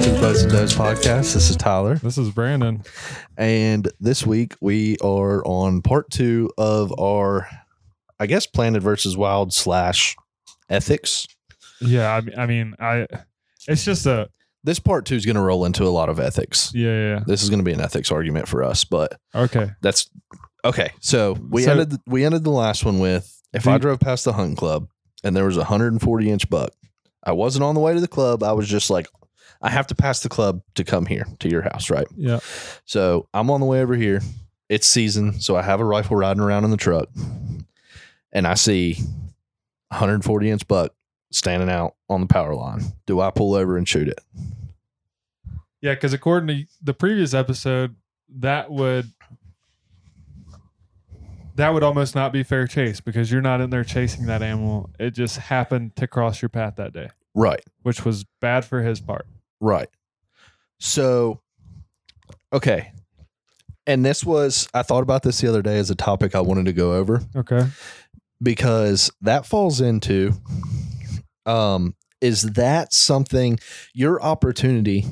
Guys podcast. This is Tyler. This is Brandon. And this week we are on part two of our, I guess, Planted versus Wild slash ethics. Yeah, I, mean- I mean, I. It's just a This part two is going to roll into a lot of ethics. yeah, yeah, This is going to be an ethics argument for us, but yeah. Okay, that's okay. So we So- ended we ended the last one with if Do I you- drove past the hunting club and there was a 140 inch buck, I wasn't on the way to the club. I was just like, I have to pass the club to come here to your house, right? yeah. So I'm on the way over here. It's season, so I have a rifle riding around in the truck, and I see 140 inch buck standing out on the power line. Do I pull over and shoot it? Yeah, because according to the previous episode, that would that would almost not be fair chase because you're not in there chasing that animal. It just happened to cross your path that day, Right, which was bad for his part. right. So, okay. And this was, I thought about this the other day as a topic I wanted to go over. Okay. because that falls into um is that something your opportunity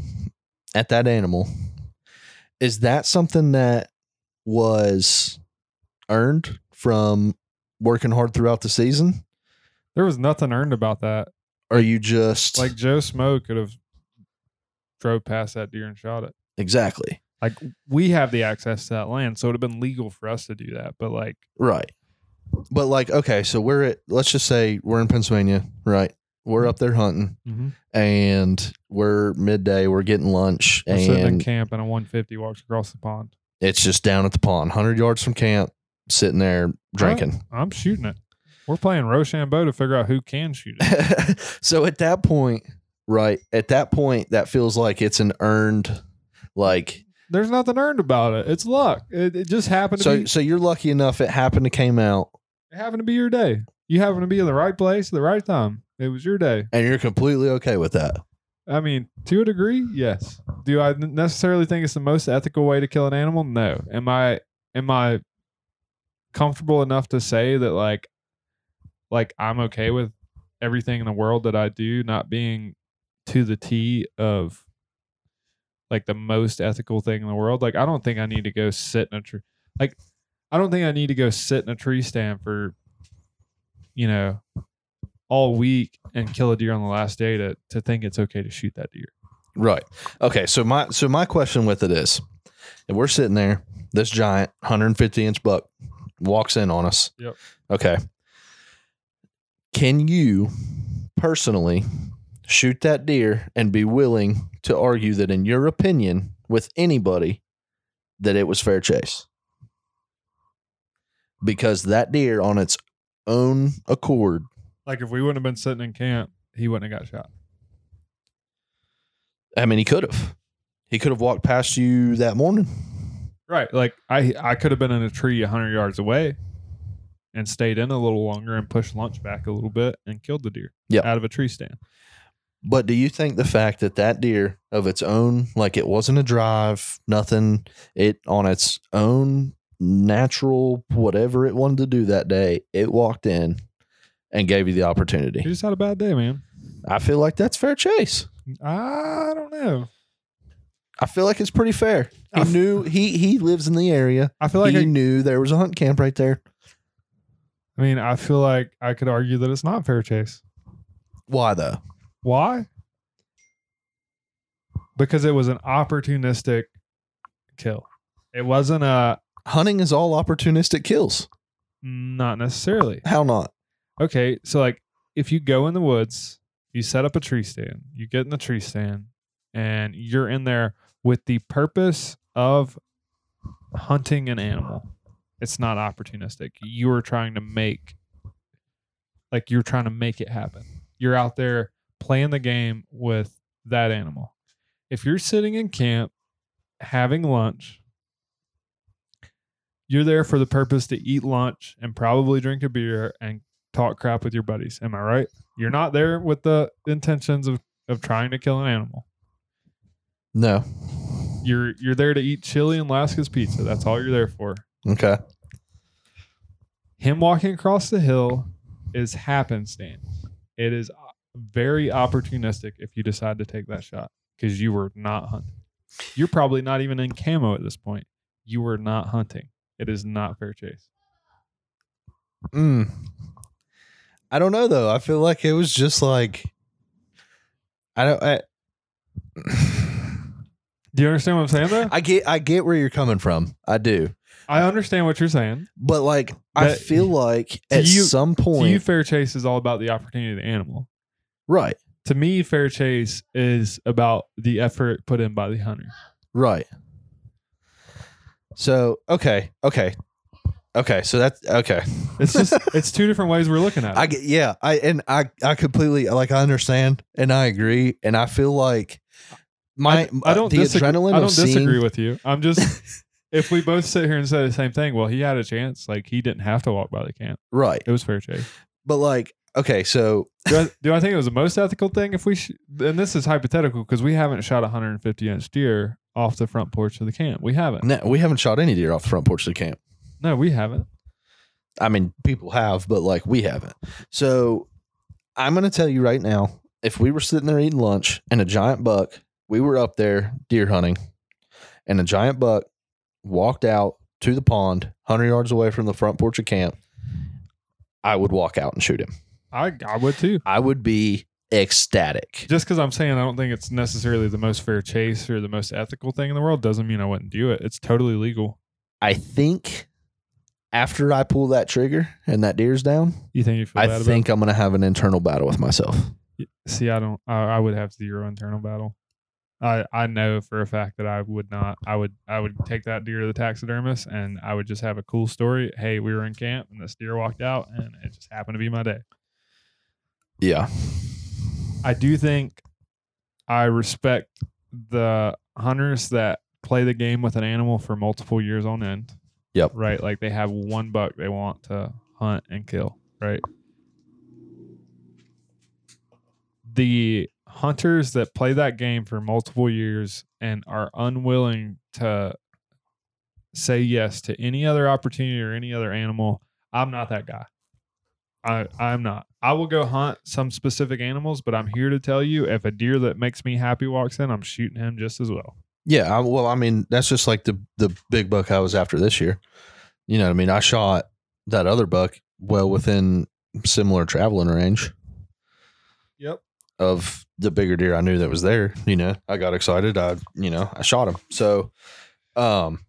at that animal is that something that was earned from working hard throughout the season There was nothing earned about that. are you just Like Joe Smo could have drove past that deer and shot it. exactly Like we have the access to that land, so it would have been legal for us to do that. But like right but like okay so we're at let's just say we're in pennsylvania right we're up there hunting Mm-hmm. and we're midday we're getting lunch We're sitting in and camp and a 150 walks across the pond. It's just down at the pond, 100 yards from camp, sitting there drinking. I'm shooting it. We're playing Rochambeau to figure out who can shoot it. so at that point, right, at that point, that feels like it's an earned, like, There's nothing earned about it. It's luck. It, it just happened to so, be. so you're lucky enough it happened to came out It happened to be your day. You happened to be in the right place at the right time. It was your day. and you're completely okay with that. I mean, to a degree, yes. Do I necessarily think it's the most ethical way to kill an animal? No. Am I am I comfortable enough to say that like like I'm okay with everything in the world that I do not being to the T of like the most ethical thing in the world? Like I don't think I need to go sit in a tree. Like I don't think I need to go sit in a tree stand for you know all week and kill a deer on the last day to to think it's okay to shoot that deer. Right. Okay. So my, so my question with it is if we're sitting there, this giant 150 inch buck walks in on us. Yep. Okay. Can you personally shoot that deer and be willing to argue that, in your opinion, with anybody, that it was fair chase? Because that deer on its own accord, Like if we wouldn't have been sitting in camp, he wouldn't have got shot. I mean, he could have. He could have walked past you that morning. Right. Like I I could have been in a tree hundred yards away and stayed in a little longer and pushed lunch back a little bit and killed the deer Yep. out of a tree stand. But do you think the fact that that deer of its own, like it wasn't a drive, nothing, it on its own natural, whatever it wanted to do that day, it walked in and gave you the He opportunity? just had a bad day, man. I feel like that's fair chase. I don't know. I feel like it's pretty fair. I He f- knew he he lives in the area. I feel like he I, knew there was a hunt camp right there. I mean I feel like I could argue that it's not fair chase. Why though? Why? Because it was an opportunistic kill. It wasn't a Hunting is all opportunistic kills. not necessarily. How not? okay, so like if you go in the woods, you set up a tree stand, you get in the tree stand, and you're in there with the purpose of hunting an animal. It's not opportunistic. You are trying to make like you're trying to make it happen. You're out there playing the game with that animal. If you're sitting in camp having lunch, you're there for the purpose to eat lunch and probably drink a beer and talk crap with your buddies. Am I right? You're not there with the intentions of, of trying to kill an animal. No. You're you're there to eat chili and Alaska's pizza. That's all you're there for. Okay. Him walking across the hill is uh, happenstance. It is very opportunistic if you decide to take that shot. because you were not hunting. You're probably not even in camo at this point. You were not hunting. It is not fair chase. Mm. I don't know though. I feel like it was just like I don't. I, Do you understand what I'm saying though? I get. I get where you're coming from. I do. I understand what you're saying. But like, I That- feel like at you- some To point, you, fair chase is all about the opportunity of the animal. right, To me, fair chase is about the effort put in by the hunter. right. So okay, okay, okay. So that's okay. It's just it's two different ways we're looking at it. I get. Yeah. I and I. I completely like. I understand and I agree and I feel like my. uh, I don't the disagree. adrenaline I of don't seeing- disagree with you. I'm just if we both sit here and say the same thing, well, he had a chance. Like he didn't have to walk by the camp. Right. It was fair chase. But like, okay, so Do I, do I think it was the most ethical thing if we? Sh- and this is hypothetical because we haven't shot a 150 inch deer off the front porch of the camp. We haven't. no, we haven't shot any deer off the front porch of the camp. No, we haven't. I mean, people have, but like we haven't. So I'm going to tell you right now if we were sitting there eating lunch and a giant buck, we were up there deer hunting, and a giant buck walked out to the pond 100 yards away from the front porch of camp, I would walk out and shoot him. I I would too. I would be ecstatic. Just because I'm saying I don't think it's necessarily the most fair chase or the most ethical thing in the world doesn't mean I wouldn't do it. It's totally legal. I think after I pull that trigger and that deer's down, You think you feel I bad think I'm going to have an internal battle with myself. about? it? See, I don't. I, I would have zero internal battle. I I know for a fact that I would not. I would I would take that deer to the taxidermist and I would just have a cool story. Hey, we were in camp and this deer walked out and it just happened to be my day. Yeah. I do think I respect the hunters that play the game with an animal for multiple years on end. Yep. Right? Like they have one buck they want to hunt and kill, right? The hunters that play that game for multiple years and are unwilling to say yes to any other opportunity or any other animal, I'm not that guy. I, I'm not. I will go hunt some specific animals, but I'm here to tell you if a deer that makes me happy walks in, I'm shooting him just as well. Yeah, I, well, I mean, that's just like the the big buck I was after this year. You know, what I mean, I shot that other buck well within similar traveling range Yep. of the bigger deer I knew that was there. You know, I got excited. I, you know, I shot him. So, um,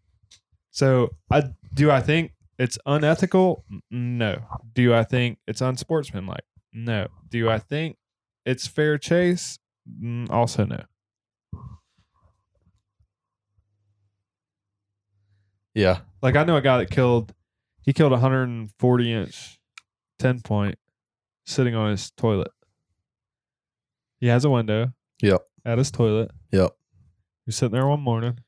So I do I think it's unethical? N- No. Do I think it's unsportsmanlike? No. Do I think it's fair chase? Mm, Also no. yeah, Like I know a guy that killed he killed a 140 inch 10 point sitting on his toilet. He has a window. Yep. At his toilet. Yep. He's sitting there one morning.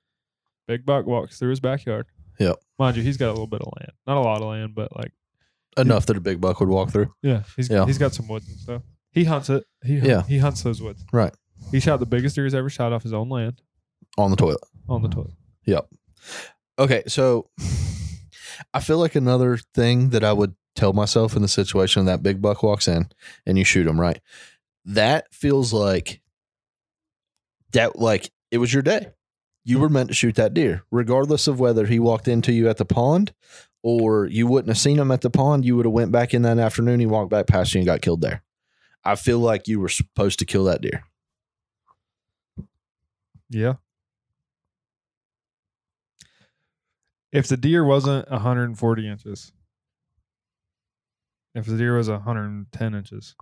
Big buck walks through his backyard. Yep. Mind you, he's got a little bit of land. Not a lot of land, but like enough that a big buck would walk through. yeah, he's Yeah. he's got some woods and stuff. He hunts it. He Yeah. he hunts those woods. Right. He shot the biggest deer he's ever shot off his own land on the toilet. on the toilet. Okay, so I feel like another thing that I would tell myself in the situation that big buck walks in and you shoot him, right? That feels like that like it was your day. You were meant to shoot that deer, regardless of whether he walked into you at the pond or you wouldn't have seen him at the pond, you would have went back in that afternoon, he walked back past you and got killed there. I feel like you were supposed to kill that deer. Yeah. If the deer wasn't 140 inches, if the deer was 110 inches,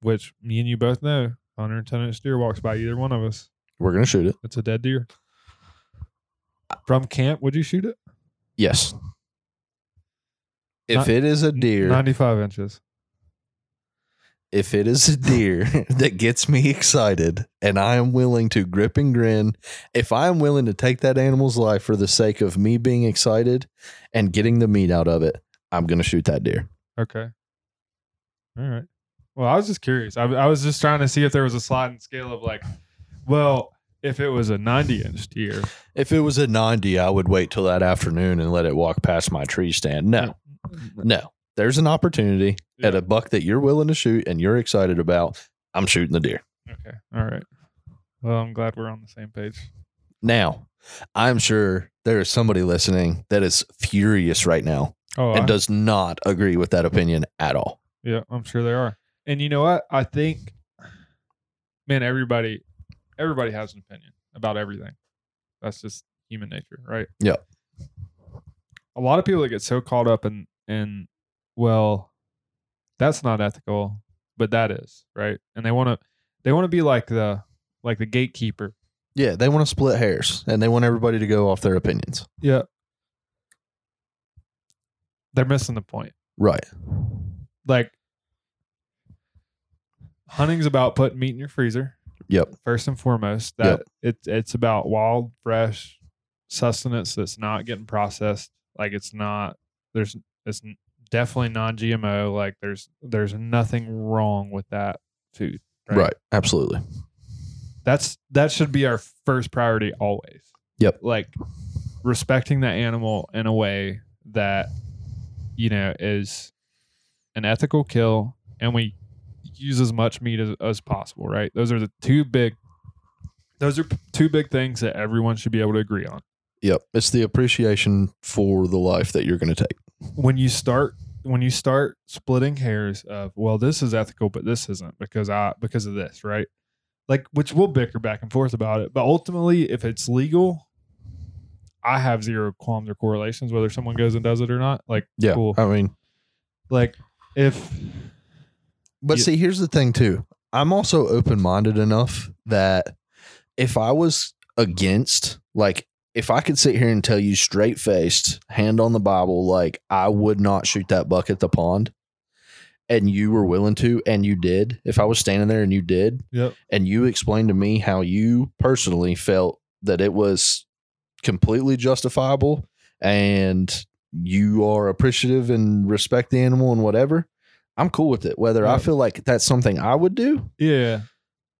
which me and you both know, 110 inch deer walks by either one of us, We're gonna shoot it. it's a dead deer. From camp, would you shoot it? Yes. If Not- it is a deer 95 inches. if it is a deer that gets me excited and I am willing to grip and grin, if I am willing to take that animal's life for the sake of me being excited and getting the meat out of it, I'm going to shoot that deer. Okay. All right. Well, I was just curious. I, I was just trying to see if there was a sliding scale of like, well, if it was a 90 inch deer, If it was a 90, I would wait till that afternoon and let it walk past my tree stand. No, no. There's an opportunity at a buck that you're willing to shoot and you're excited about. I'm shooting the deer. Okay. All right. Well, I'm glad we're on the same page. Now, I'm sure there is somebody listening that is furious right now Oh, and I- does not agree with that opinion at all. Yeah, I'm sure they are. And you know what? I think, man, everybody, everybody has an opinion about everything. That's just human nature, right? Yeah. A lot of people that get so caught up in in well, that's not ethical, but that is right, and they want to they want to be like the like the gatekeeper. Yeah, they want to split hairs and they want everybody to go off their opinions. Yeah. They're missing the point. Right. like hunting's about putting meat in your freezer. Yep. First and foremost, that Yep. it's it's about wild, fresh sustenance that's not getting processed. Like it's not there's it's n- definitely non-GMO. Like there's there's nothing wrong with that food. Right. Absolutely. That's that should be our first priority always. Yep. Like respecting that animal in a way that you know is an ethical kill and we use as much meat as, as possible, right? Those are the two big those are p- two big things that everyone should be able to agree on. Yep. It's the appreciation for the life that you're going to take. When you start when you start splitting hairs of well this is ethical but this isn't because I because of this, right? Like which we'll bicker back and forth about it, but ultimately if it's legal I have zero qualms or correlations whether someone goes and does it or not. Like Yeah. Cool. I mean, like if But You- see, here's the thing too. I'm also open minded enough that if I was against, like, if I could sit here and tell you straight faced, hand on the Bible, like I would not shoot that buck at the pond, and you were willing to, and you did. If I was standing there and you did, Yep. and you explained to me how you personally felt that it was completely justifiable, and you are appreciative and respect the animal and whatever, I'm cool with it. Whether I Yeah. feel like that's something I would do, yeah.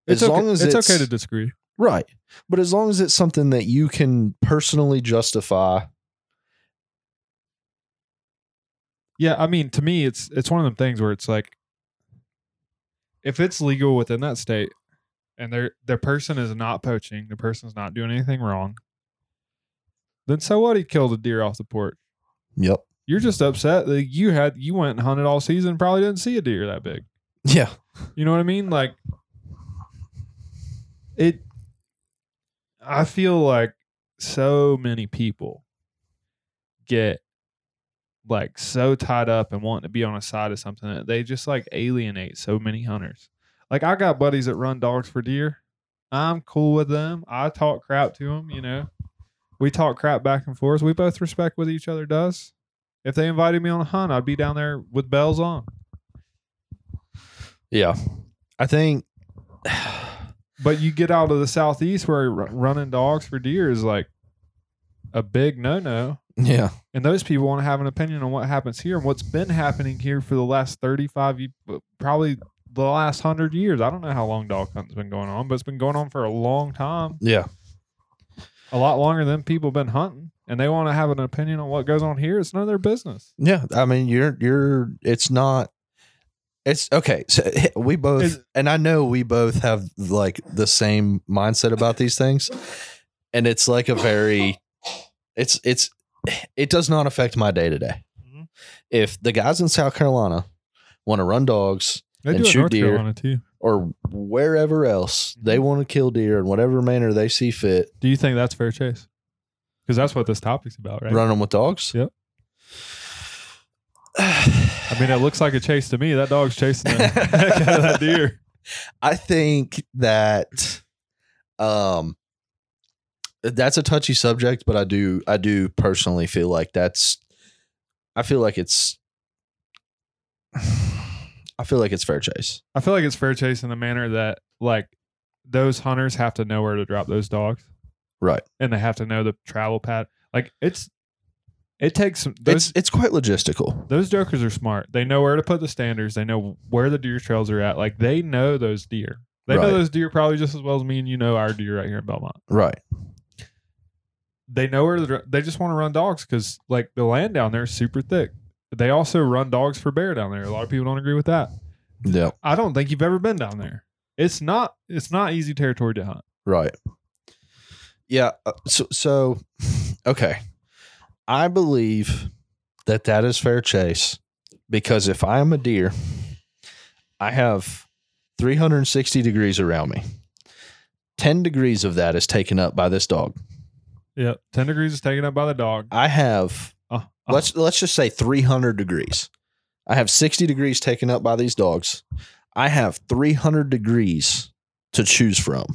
As long as it's it's- okay to disagree. right? But as long as it's something that you can personally justify, Yeah, I mean, to me, it's it's one of them things where it's like, if it's legal within that state, and their their person is not poaching, the person's not doing anything wrong, then so what? He killed a deer off the porch. yep, You're just upset that you had you went and hunted all season, and probably didn't see a deer that big. yeah, You know what I mean? Like it I feel like so many people get like so tied up and wanting to be on a side of something that they just like alienate so many hunters. Like I got buddies that run dogs for deer. I'm cool with them. I talk crap to them, you know. We talk crap back and forth. We both respect what each other does. If they invited me on a hunt, I'd be down there with bells on. yeah. I think But you get out of the southeast where r- running dogs for deer is like a big no no. yeah, And those people want to have an opinion on what happens here and what's been happening here for the last 35, ye- uh, probably the last 100 years. I don't know how long dog hunting's been going on, but it's been going on for a long time, yeah, a lot longer than people been hunting. And they want to have an opinion on what goes on here. It's none of their business. yeah. I mean, you're you're. It's not. It's okay. So we both, Is- and I know we both have like the same mindset about these things, and it's like a very, it's it's, it does not affect my day to day. Mhm. If the guys in South Carolina want to run dogs They And do it shoot in North deer. Carolina too. or wherever else Mm-hmm. they want to kill deer in whatever manner they see fit, Do you think that's fair chase? Because that's what this topic's about, right? run them with dogs. Yep. I mean, it looks like a chase to me. That dog's chasing the heck out of that deer. I think that um that's a touchy subject, but I do I do personally feel like that's I feel like it's I feel like it's fair chase. I feel like it's fair chase in the manner that like those hunters have to know where to drop those dogs. Right. And they have to know the travel pad. Like it's it takes some those it's it's quite logistical. those jokers are smart. They know where to put the standards. They know where the deer trails are at. Like they know those deer. They Right. know those deer probably just as well as me and you know our deer right here in Belmont. Right. They know where the, they just want to run dogs because like the land down there is super thick. They also run dogs for bear down there. A lot of people don't agree with that. Yeah. I don't think you've ever been down there. It's not it's not easy territory to hunt. Right. Yeah. uh, So, so okay. I believe that that is fair chase because if I am a deer, I have 360 degrees around me. 10 degrees of that is taken up by this dog. Yeah. Ten degrees is taken up by the dog. I have Uh, uh, let's let's just say 300 degrees. I have 60 degrees taken up by these dogs. I have 300 degrees to choose from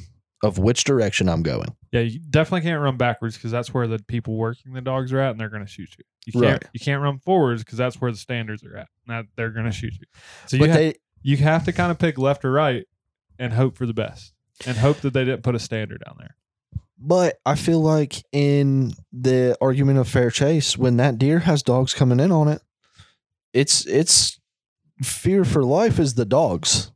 of which direction I'm going. yeah, you definitely can't run backwards because that's where the people working the dogs are at, and they're going to shoot you. You can't Right. you can't run forwards because that's where the standards are at. and that they're going to shoot you. So you But have, they you have to kind of pick left or right and hope for the best and hope that they didn't put a standard down there. But I feel like in the argument of fair chase, when that deer has dogs coming in on it, it's it's fear for life is the dogs.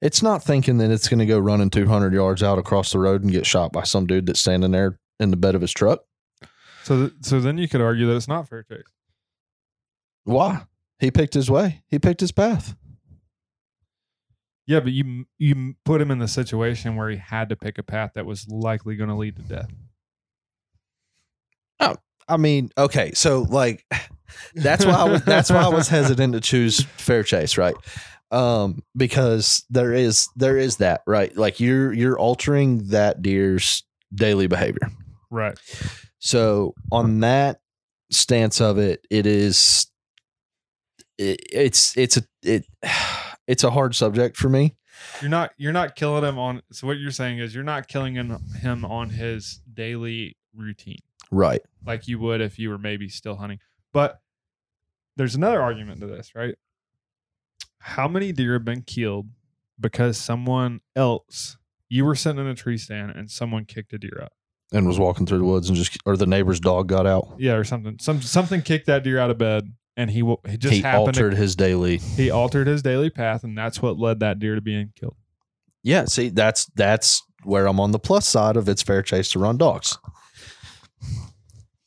It's not thinking that it's going to go running 200 yards out across the road and get shot by some dude that's standing there in the bed of his truck. So th- so then you could argue that it's not fair chase. Why? He picked his way. He picked his path. Yeah, but you you put him in the situation where he had to pick a path that was likely going to lead to death. I mean, okay, so like that's why I was that's why I was hesitant to choose fair chase, right? Um, because there is there is that, right? Like you're you're altering that deer's daily behavior. right. So on that stance of it, it is it, it's it's a it it's a hard subject for me. You're not you're not killing him on. So what you're saying is you're not killing him him on his daily routine Right. like you would if you were maybe still hunting. But there's another argument to this, right? How many deer have been killed because someone else you were sitting in a tree stand and someone kicked a deer up? And was walking through the woods and just or the neighbor's dog got out. yeah, or something. Some something kicked that deer out of bed, and he wa- he just he happened. altered to, his daily he altered his daily path, and that's what led that deer to being killed. Yeah, see, that's that's where I'm on the plus side of it's fair chase to run dogs.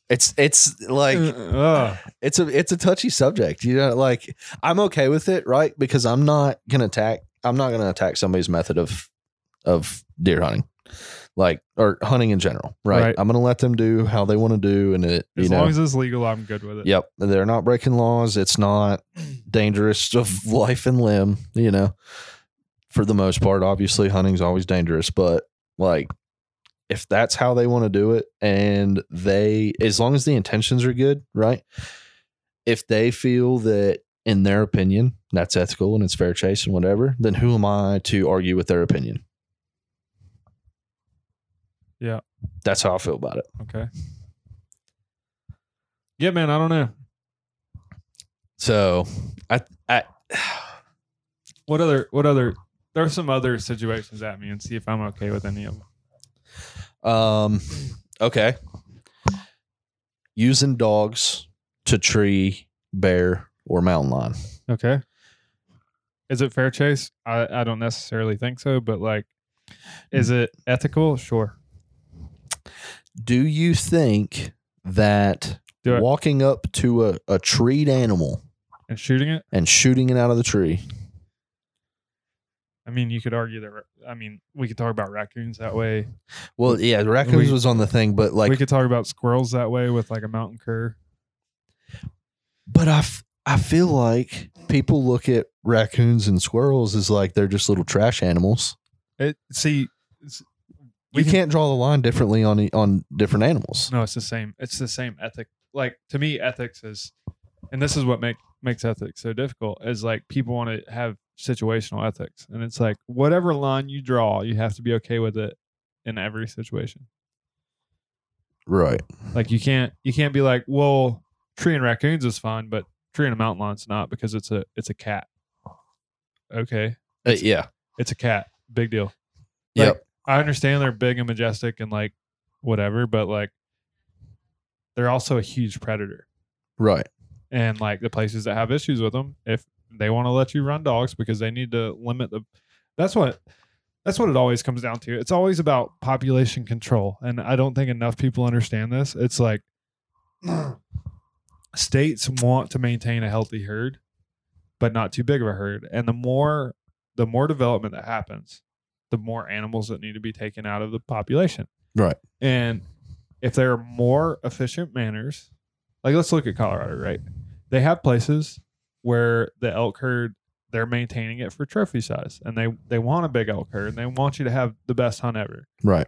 It's it's like Ugh. it's a it's a touchy subject, you know. Like I'm okay with it, right? Because I'm not gonna attack. I'm not gonna attack somebody's method of of deer hunting, like or hunting in general, right? Right. I'm gonna let them do how they want to do, and it as you know, long as it's legal, I'm good with it. yep, they're not breaking laws. It's not dangerous of life and limb, you know, for the most part. Obviously, hunting's always dangerous, but like if that's how they want to do it and they, as long as the intentions are good, right? If they feel that, in their opinion, that's ethical and it's fair chase and whatever, then who am I to argue with their opinion? Yeah. That's how I feel about it. Okay. Yeah, man. I don't know. So I, I, What other? What other? There are some other situations at me, and see if I'm okay with any of them. Um, okay. Using dogs to tree, bear, or mountain lion. Okay. Is it fair chase? I, I don't necessarily think so, but like, is it ethical? Sure. Do you think that Do it walking up to a, a treed animal and shooting it. and shooting it out of the tree? I mean, you could argue that. ra- I mean, we could talk about raccoons that way. Well, yeah, the raccoons We- was on the thing, but like, we could talk about squirrels that way with like a mountain cur. but I, f- I feel like people look at raccoons and squirrels as like they're just little trash animals. It see, it's, You can- can't draw the line differently on e- on different animals. No, it's the same. It's the same ethic. Like to me, ethics is, and this is what make makes ethics so difficult. Is like people want to have situational ethics, and it's like whatever line you draw, you have to be okay with it in every situation. Right. Like you can't you can't be like, well, tree and raccoons is fine, but tree and a mountain lion's not because it's a it's a cat. Okay, Uh, yeah. it's a cat. Big deal. Yep. Like, I understand they're big and majestic and like whatever, but like they're also a huge predator. right. And like the places that have issues with them, if they want to let you run dogs because they need to limit the that's what that's what it always comes down to. It's always about population control. And I don't think enough people understand this. It's like states want to maintain a healthy herd, but not too big of a herd. And the more the more development that happens, the more animals that need to be taken out of the population. Right. And if there are more efficient manners, like let's look at Colorado, right? They have places where the elk herd they're maintaining it for trophy size and they they want a big elk herd and they want you to have the best hunt ever Right.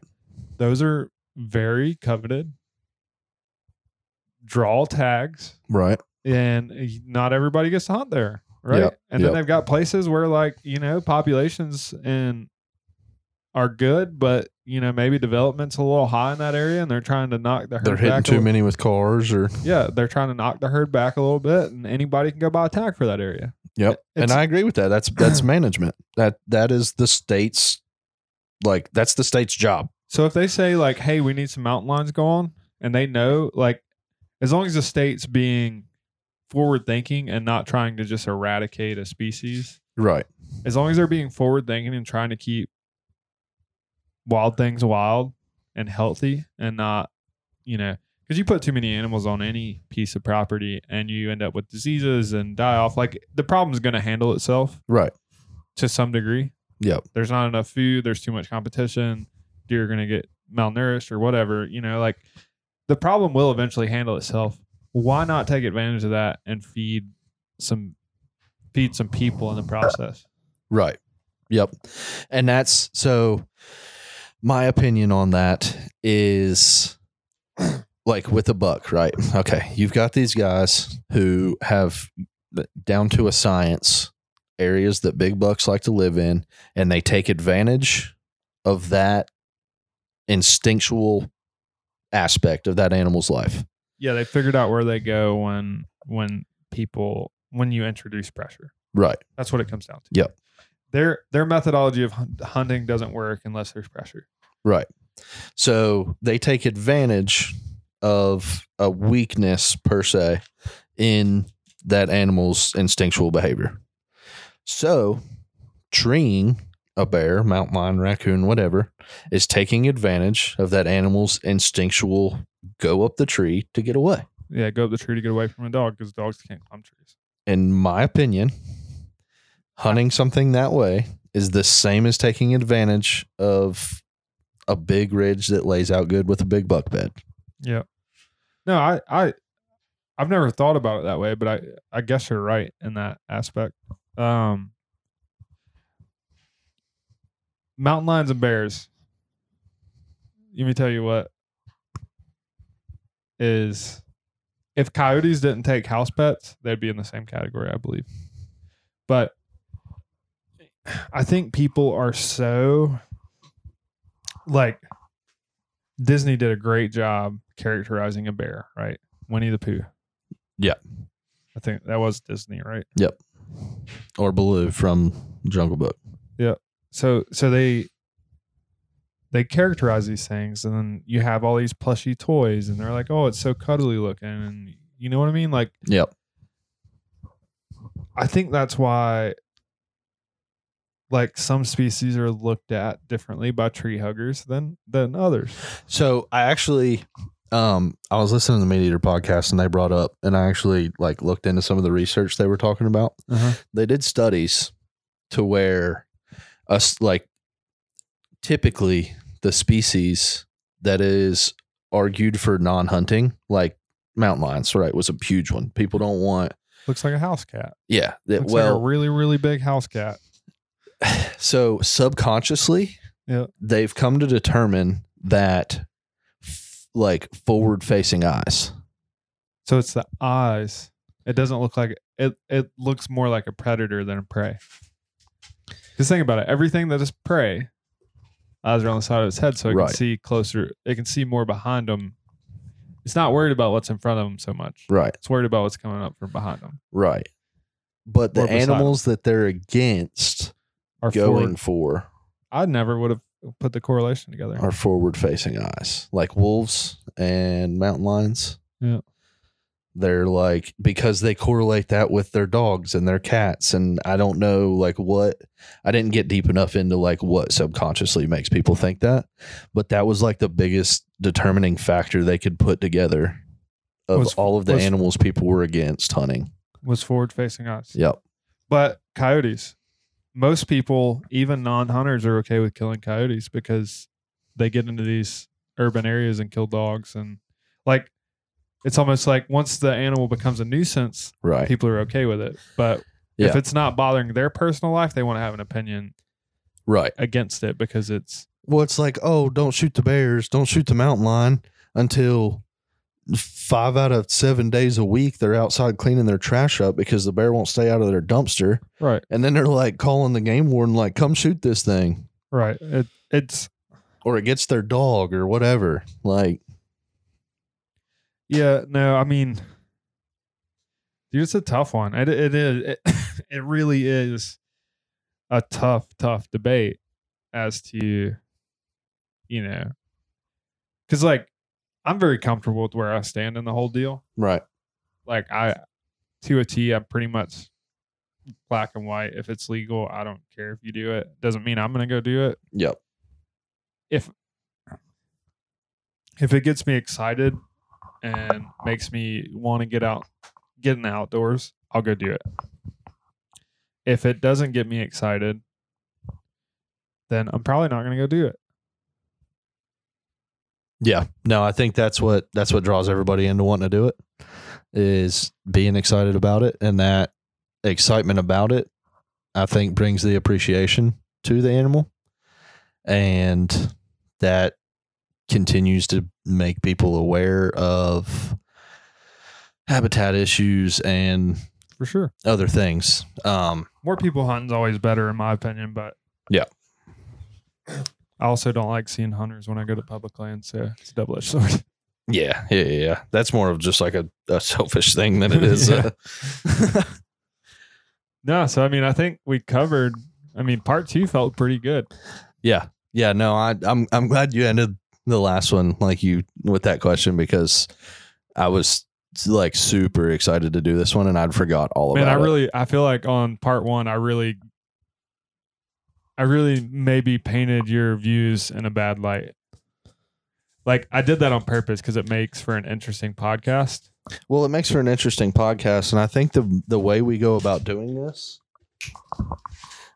those are very coveted draw tags Right. and not everybody gets to hunt there right Yep, and then yep. they've got places where like you know populations and are good but you know maybe development's a little high in that area and they're trying to knock the herd They're hitting back a too li- many with cars or yeah they're trying to knock the herd back a little bit and anybody can go buy a tag for that area Yep. and It's- I agree with that. That's that's management. That that is the state's like that's the state's job. So if they say like, "Hey, we need some mountain lions going," and they know, like, as long as the state's being forward thinking and not trying to just eradicate a species, Right. as long as they're being forward thinking and trying to keep wild things wild and healthy and not, you know, because you put too many animals on any piece of property and you end up with diseases and die off. Like the problem's going to handle itself Right. to some degree. Yep. There's not enough food. There's too much competition. Deer are going to get malnourished or whatever. You know, like the problem will eventually handle itself. Why not take advantage of that and feed some feed some people in the process? Right. Yep. And that's so my opinion on that is like with a buck, right? Okay. You've got these guys who have down to a science areas that big bucks like to live in, and they take advantage of that instinctual aspect of that animal's life. Yeah, they figured out where they go when when people when you introduce pressure. Right. That's what it comes down to. Yep. Their their methodology of hun- hunting doesn't work unless there's pressure. Right. So they take advantage of a weakness per se in that animal's instinctual behavior. So treeing a bear, mountain lion, raccoon, whatever, is taking advantage of that animal's instinctual go up the tree to get away. Yeah, go up the tree to get away from a dog because dogs can't climb trees. In my opinion, hunting something that way is the same as taking advantage of a big ridge that lays out good with a big buck bed. Yeah. No, I, I, I've never thought about it that way, but I, I guess you're right in that aspect. Um, mountain lions and bears. Let me tell you what is if coyotes didn't take house pets, they'd be in the same category, I believe. But I think people are so like Disney did a great job characterizing a bear, right? Winnie the Pooh. Yeah. I think that was Disney, right? or Baloo from Jungle Book. So so they they characterize these things and then you have all these plushy toys and they're like, "Oh, it's so cuddly looking." And you know what I mean? Like Yep. I think that's why like some species are looked at differently by tree huggers than than others. So I actually, um, I was listening to the Meat Eater podcast and they brought up, and I actually like looked into some of the research they were talking about. They did studies to where us like typically the species that is argued for non-hunting, like mountain lions, right, was a huge one. People don't want, Looks like a house cat. yeah, that, Looks well, like a really really big house cat. so subconsciously Yeah. they've come to determine that f- like forward facing eyes So it's the eyes. It doesn't look like it. It looks more like a predator than a prey. Because think about it, everything that is prey, eyes are on the side of its head, so it Right. can see closer. It can see more behind them. It's not worried about what's in front of them so much. right It's worried about what's coming up from behind them. right but the Or beside 'em. animals that they're against Or going going. for I never would have put the correlation together. are forward facing eyes like wolves and mountain lions Yeah. they're like because they correlate that with their dogs and their cats and i don't know like what i didn't get deep enough into like what subconsciously makes people think that but that was like the biggest determining factor they could put together of Was- all of the was- animals people were against hunting was forward facing eyes. yep But coyotes, most people, even non-hunters, are okay with killing coyotes because they get into these urban areas and kill dogs and like it's almost like once the animal becomes a nuisance, Right. people are okay with it. But if Yeah. it's not bothering their personal life, they want to have an opinion Right. against it because it's Well, it's like, oh, don't shoot the bears, don't shoot the mountain lion until five out of seven days a week they're outside cleaning their trash up because the bear won't stay out of their dumpster. right, And then they're like calling the game warden, like, come shoot this thing. right. It, it's Or it gets their dog or whatever. Like, Yeah, no, I mean, dude, it's a tough one. It it is it, it really is a tough, tough debate as to you know, because like I'm very comfortable with where I stand in the whole deal. right. Like I, to a T, I'm pretty much black and white. If it's legal, I don't care if you do it. Doesn't mean I'm gonna go do it. Yep. if it gets me excited and makes me want to get out get in the outdoors i'll go do it if it doesn't get me excited then i'm probably not going to go do it Yeah. No, I think that's what that's what draws everybody into wanting to do it is being excited about it and that excitement about it I think brings the appreciation to the animal and that continues to make people aware of habitat issues and for sure other things. Um more people hunting's always better in my opinion but Yeah. i also don't like seeing hunters when i go to public land so it's a double-edged sword yeah, yeah, yeah, yeah. That's more of just like a, a selfish thing than it is uh no so i mean i think we covered i mean part two felt pretty good Yeah. Yeah. No, I, I'm I'm glad you ended the last one like you with that question because I was like super excited to do this one and I'd forgot all Man, about I it. really, I feel like on part one, I really, I really maybe painted your views in a bad light. Like I did that on purpose because it makes for an interesting podcast. Well, it makes for an interesting podcast, and I think the the way we go about doing this,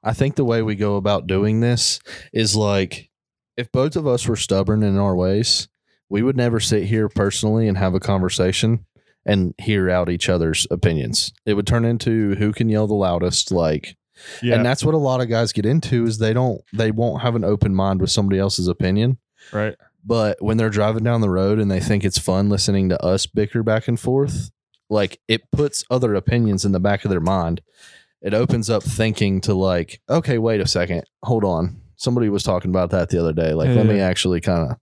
I think the way we go about doing this is like if both of us were stubborn in our ways, we would never sit here personally and have a conversation and hear out each other's opinions. It would turn into who can yell the loudest, like Yeah, and that's what a lot of guys get into is they don't they won't have an open mind with somebody else's opinion right. but when they're driving down the road and they think it's fun listening to us bicker back and forth like it puts other opinions in the back of their mind it opens up thinking to like okay wait a second hold on somebody was talking about that the other day like Yeah, let me yeah. actually kind of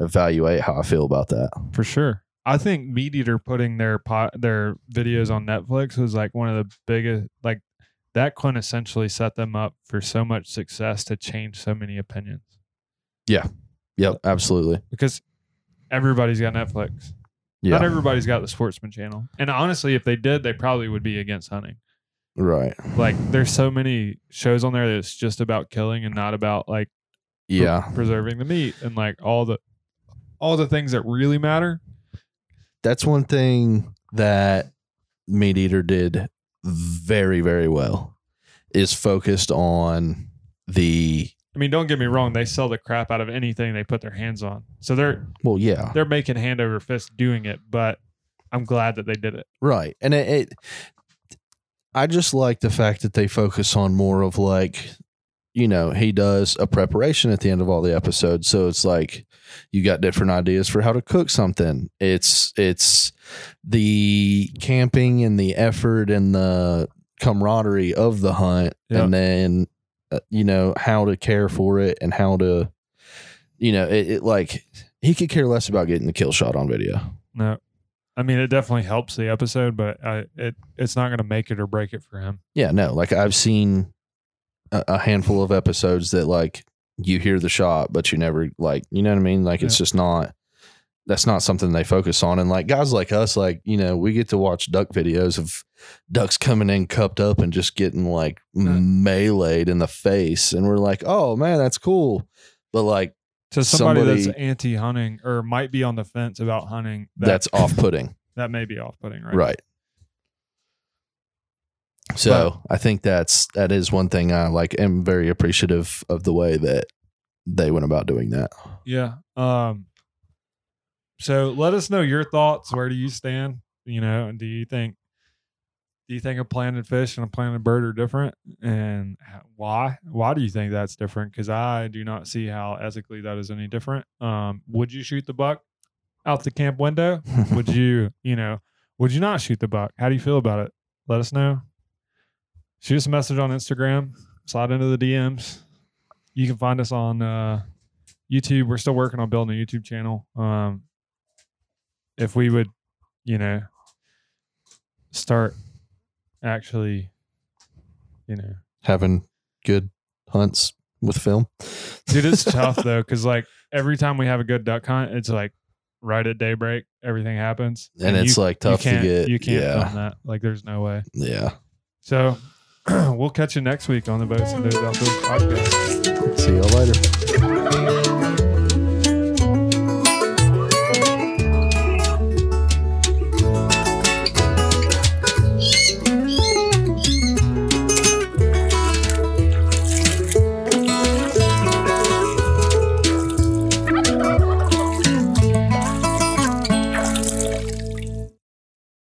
evaluate how i feel about that For sure. I think Meat Eater putting their pot their videos on Netflix was like one of the biggest like that quintessentially set them up for so much success to change so many opinions. yep absolutely Because everybody's got Netflix. Not yeah everybody's got the sportsman channel. And honestly, if they did, they probably would be against hunting. right Like there's so many shows on there that's just about killing and not about like pre- yeah preserving the meat and like all the all the things that really matter. that's one thing that meat eater did very very well is focused on the I mean, don't get me wrong, they sell the crap out of anything they put their hands on. So they're well yeah they're making hand over fist doing it, but I'm glad that they did it. right and it, it i just like the fact that they focus on more of like you know he does a preparation at the end of all the episodes so it's like you got different ideas for how to cook something it's it's the camping and the effort and the camaraderie of the hunt Yeah. and then uh, you know how to care for it and how to you know it, it like he could care less about getting the kill shot on video No. I mean, it definitely helps the episode, but I, it it's not going to make it or break it for him. Yeah, no, like I've seen a, a handful of episodes that like you hear the shot, but you never like, you know what I mean? Like it's Yeah. just not, that's not something they focus on. And like guys like us, like, you know, we get to watch duck videos of ducks coming in cupped up and just getting like meleeed in the face. And we're like, oh man, that's cool. But like, To somebody, that's Somebody- anti-hunting or might be on the fence about hunting, that- that's off putting. that may be off-putting, right? Right. So I think that's that is one thing I like am very appreciative of the way that they went about doing that. Yeah. Um so let us know your thoughts. Where do you stand? You know, and do you think do you think a planted fish and a planted bird are different? And h- why? Why do you think that's different? Because I do not see how ethically that is any different. Um, would you shoot the buck out the camp window? would you, you know, would you not shoot the buck? How do you feel about it? Let us know. Shoot us a message on Instagram. Slide into the DMs. You can find us on uh, YouTube. We're still working on building a YouTube channel. Um, if we would, you know, start actually, you know, Having good hunts with film. dude, it's tough though, because like every time we have a good duck hunt, it's like right at daybreak, everything happens, and, it's you, like tough you can't, to get. you can't uh, yeah, film that. Like, there's no way. yeah. So, we'll catch you next week on the Boats and Dudes Outdoors podcast. See y'all later.